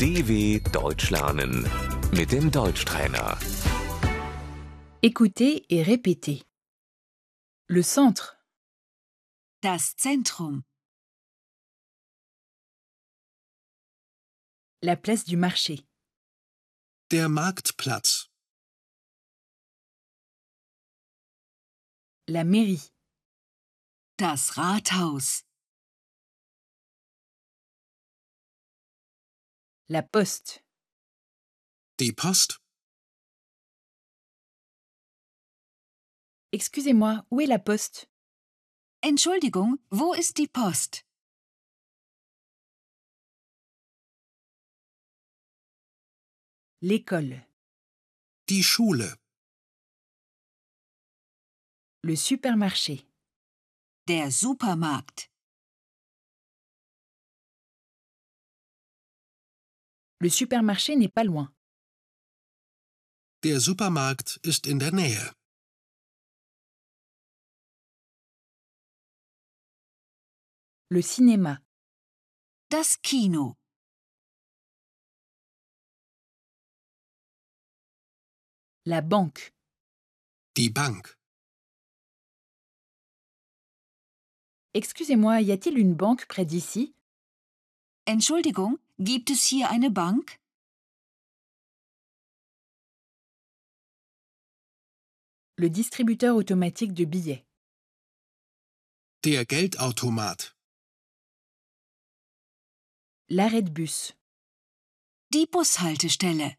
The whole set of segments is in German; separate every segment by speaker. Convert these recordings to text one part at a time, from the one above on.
Speaker 1: DW Deutsch lernen mit dem Deutschtrainer.
Speaker 2: Écoutez et répétez. Le centre,
Speaker 3: Das Zentrum,
Speaker 2: la place du marché,
Speaker 4: Der Marktplatz,
Speaker 2: la mairie,
Speaker 3: das Rathaus,
Speaker 2: la poste,
Speaker 4: die Post,
Speaker 2: excusez-moi, où est la poste
Speaker 3: Entschuldigung, wo ist die Post?
Speaker 2: L'école,
Speaker 4: die Schule,
Speaker 2: le supermarché,
Speaker 3: Der Supermarkt,
Speaker 2: le supermarché n'est pas loin,
Speaker 4: der Supermarkt ist in der Nähe,
Speaker 2: le cinéma,
Speaker 3: das Kino,
Speaker 2: la banque,
Speaker 4: die Bank,
Speaker 2: excusez-moi, y a-t-il une banque près d'ici
Speaker 3: Entschuldigung, gibt es hier eine Bank?
Speaker 2: Le distributeur automatique de billets,
Speaker 4: der Geldautomat,
Speaker 2: l'arrêt de bus,
Speaker 3: Die Bushaltestelle,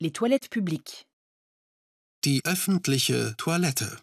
Speaker 2: les toilettes publiques,
Speaker 4: die öffentliche Toilette,